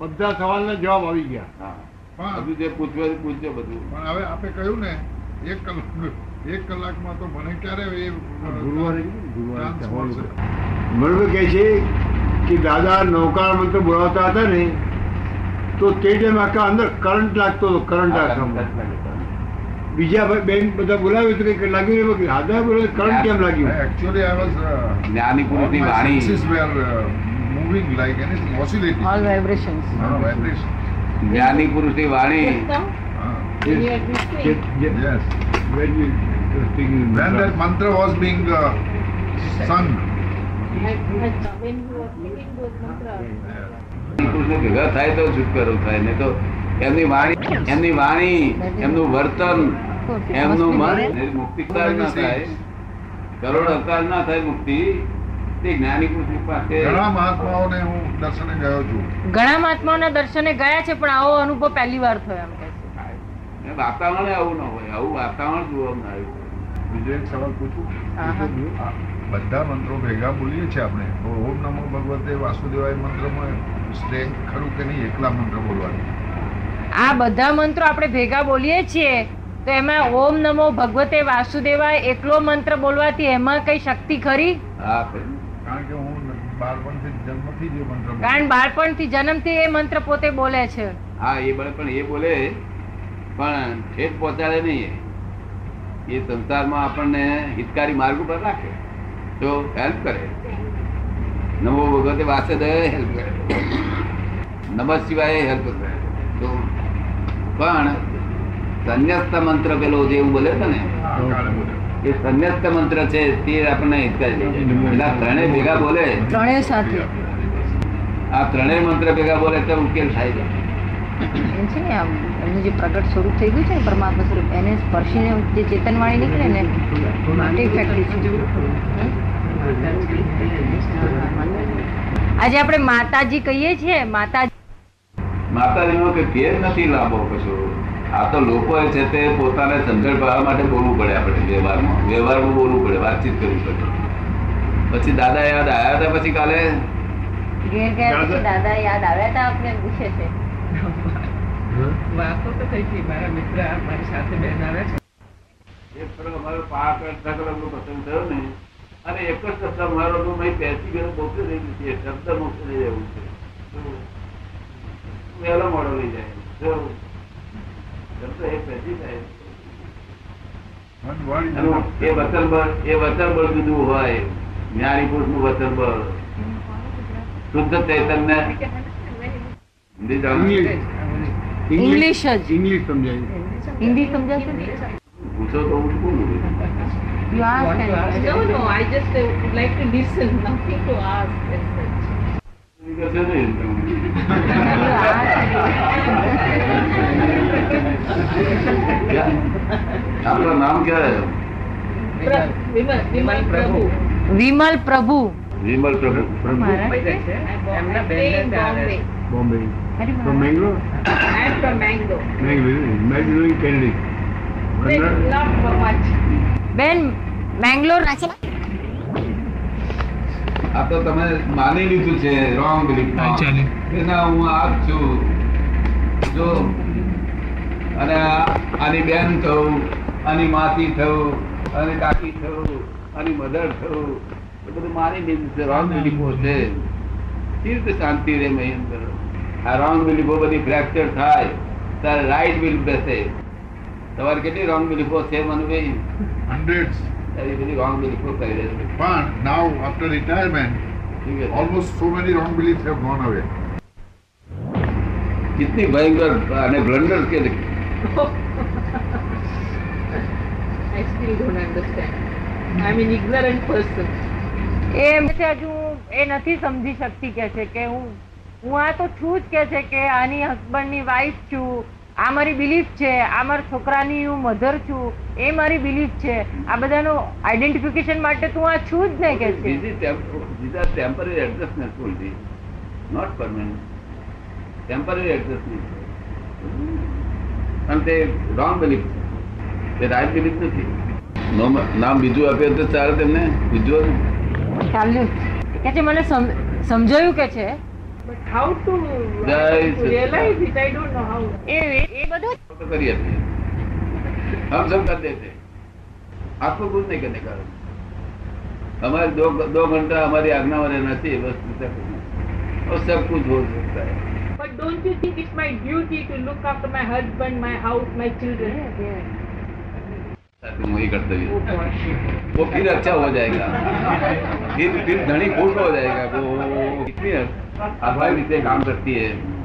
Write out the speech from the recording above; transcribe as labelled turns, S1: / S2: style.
S1: બધા સવાલના જવાબ આવી ગયા
S2: હા
S3: પણ
S2: બધું જે પૂછવે પૂછજો બધું
S3: પણ હવે આપણે કહ્યું ને એક કલાક એક કલાકમાં તો મને ક્યારે એ
S1: ગુરુવારે કીધું ને, ગુરુવારે
S3: ચાન્સ
S1: સવાલ
S3: મળશે.
S1: હતો. મરવું કહે છે કે દાદા નૌકાર મંત્ર બોલાવતા હતા ને તો તે ટાઈમ આખા અંદર કરંટ લાગતો હતો કરંટ આખામાં બીજા ભાઈ બેન બધા બોલાવ્યું હતું કે લાગ્યું નહીં બાકી દાદા બોલાવ્યું કરંટ કેમ લાગ્યું
S3: Actually, I was, uh,
S2: જ્ઞાની
S3: all
S2: પુરુષની
S3: my senses
S2: વાણી
S3: were, uh, moving like anything, oscillating.
S4: all vibrations.
S3: Uh, vibration.
S2: જ્ઞાની પુરુષની વાણી
S3: Uh,
S1: Yes.
S4: We are listening.
S1: Yes, yes.
S3: yes.
S1: When you were thinking-
S3: When that mantra was being uh, sung,
S4: When you are singing those mantras,
S2: જ્ઞાની પુરુષો ભેગા થાય તો છુટકારો થાય નહીં તો એમની વાણી એમની વાણી એમનું વર્તન એમનું મન એ મુક્તિ અવતાર ના થાય કરોડ અવતાર ના થાય મુક્તિ તે જ્ઞાની પુરુષની
S3: ઘણા
S2: પાસે
S3: મહાત્માઓને હું દર્શને ગયો છું
S5: ઘણા મહાત્માઓના દર્શને ગયા છે પણ આવો અનુભવ પહેલી વાર થયો એમ કહે છે
S2: એ વાતાવરણ આવું ન હોય આવું વાતાવરણ જોવામાં આવ્યું
S3: બીજો એક સવાલ પૂછું
S5: આહા.
S3: આ બધા મંત્રો ભેગા બોલીએ છીએ આપણે તો ઓમ નમો ભગવતે વાસુદેવાય મંત્રમાં સ્ટ્રેન્થ ખરું કે નહીં એકલા મંત્ર બોલવાની
S5: આ બધા મંત્રો આપણે ભેગા બોલીએ છીએ તો એમાં ઓમ નમો ભગવતે વાસુદેવાય એકલો મંત્ર બોલવાથી એમાં કઈ શક્તિ ખરી
S2: હા ખરું.
S3: કારણ કે હું બાળપણથી જન્મથી જ એ મંત્ર બોલું.
S5: કારણ બાળપણથી જન્મથી એ મંત્ર પોતે બોલે છે
S2: હા એ બને પણ એ બોલે પણ ઠેઠ પહોંચાડે નહીં એ. એ સંસારમાં આપણને હિતકારી માર્ગ ઉપર રાખે તો હેલ્પ કરે નમો ભગવતે વાસદે હેલ્પ કરે નમ શિવાય હેલ્પ કરે તો પણ સંન્યસ્ત મંત્ર પેલો જે હું બોલે છે ને
S3: આ કાળે બોલ્યો.
S2: એ સંન્યસ્ત મંત્ર છે તે આપણને હિતકારી લઈ જાય એટલે આ ત્રણેય ભેગા બોલે
S4: ત્રણેય સાથે
S2: આ ત્રણેય મંત્ર ભેગા બોલે તો ઉકેલ થાય છે
S4: એમ છે ને આમ એમનું જે પ્રગટ સ્વરૂપ થઈ ગયું છે ને પરમાત્મા સ્વરૂપ એને સ્પર્શીને જે ચેતનવાણી નીકળે ને માટે effective છે.
S5: આજે આપણે માતાજી કહીએ છીએ માતાજી
S2: માતાજીનો કે ફેર નથી લાંબો કશો આ તો લોકો એ છે તે પોતાને સમજણ પાડવા માટે બોલવું પડે આપણે વ્યવહારમાં વ્યવહારમાં બોલવું પડે વાતચીત કરવી પડે પછી દાદા યાદ આવ્યા હતા પછી કાલે
S4: ઘેર ગયા પછી દાદા યાદ આવ્યા હતા આપણે એમ પૂછે છે
S6: વાતો તો થઈ ગઈ મારા મિત્ર આ મારી સાથે બેન આવે છે
S2: એક ફરક અમારો પાક અને સકલ અમનું પસંદ થયો ને અને એક જ શબ્દ અમારો તો મેં બેસી ગયો પોતે રહી નથી એ શબ્દ મોક્ષ લઈ જવું છે તો વહેલો મોડો લઈ જાય જો શબ્દ એ બેસી જાય
S3: મન વાણી
S2: એનું એ વચન બળ એ વચન બળ કીધું હોય જ્ઞાની પુરુષનું વચન બળ શુદ્ધ ચૈતન્ય હિન્દી જાણો?
S1: ઇંગ્લિશ
S5: ઇંગ્લિશ જ.
S1: ઇંગ્લિશ સમજાય
S4: હિન્દી સમજાશે ને
S2: પૂછો તો હું શું બોલું?
S4: You ask
S6: What you
S4: and-
S6: ask?
S7: No, no, I just uh, would like to listen, nothing to ask as such.
S2: Hindi કરશે નહીં.
S4: You ask.
S2: ક્યાં? આપનું નામ ક્યાં રહ્યું?
S7: Pra- Vimal, Vimal
S6: Prabhu.
S7: Prabhu.
S5: Vimal પ્રભુ
S2: વિમલ પ્રભુ
S6: બધા છે એમના
S7: I stay
S6: બેન
S7: in
S6: આવે
S7: Bombay.
S6: છે
S1: બોમ્બે
S4: અરે વાહ.
S1: from Bangalore?
S7: I am from Mango.
S1: Bangalore, Bangalore in Canada.
S7: But
S1: Bangalore.
S7: not for much.
S5: બેન બેંગ્લોર
S2: આ તો તમે માની લીધું છે રોંગ એના હું આ જ છું જો અને આ- આની બેન થવું આની માસી થવું આની કાકી થવું આની મધર થવું એ બધું માની લીધું છે રોંગ બિલીફો છે કેવી રીતે શાંતિ રહે મહી અંદર આ રોંગ બિલીફો બધી ફ્રેક્ચર થાય ત્યારે રાઈટ બિલ બેસે તમારે કેટલી રોંગ બિલીફો છે મનુભાઈ
S3: hundreds.
S2: તારી બધી રોંગ બિલીફો કરી દે છે
S3: પણ now after retirement
S2: ઠીક છે?
S3: almost so many wrong beliefs have gone away
S2: कितनी भयंकर અને બ્લન્ડર કે
S7: I still don't understand. I'm an ignorant person.
S5: એમ છે હજુ હું એ નથી સમજી શકતી કે છે કે હું હું આ તો છું જ કે છે કે આની હસબન્ડની વાઈફ છું આ મારી બિલીફ છે આ મારા છોકરાની હું મધર છું એ મારી બિલીફ છે આ બધાનું આઈડેન્ટિફિકેશન માટે તું આ છું જ ને કે છે
S2: બીજી બીજા ટેમ્પરરી એડજસ્ટમેન્ટ બોલતી નોટ પરમેનન્ટ ટેમ્પરરી એડજસ્ટમેન્ટ અને તે રોંગ બિલીફ તે રાઈટ બિલીફ નથી નોમ- નામ બીજું આપ્યું તો ચાલે તેમને બીજું
S5: ચાલ્યું કે છે મને સમ- સમજાયું કે છે
S7: But how to,
S2: That is-
S7: to realize it, I don't know how.
S5: એ એ બધું
S2: तो करिए अपने हम सब कर देते आपको कुछ नहीं करने का हमारे दो दो घंटा हमारी आज्ञा में रहना चाहिए बस दूसरा कुछ नहीं। और सब कुछ हो सकता है
S7: But don't you think it's my duty to look after my husband, my house, my children?
S2: तुम वही कर्तव्य वो फिर अच्छा हो जाएगा फिर फिर धनी खुश हो जाएगा वो इतनी हर- अभावी रीते काम करती है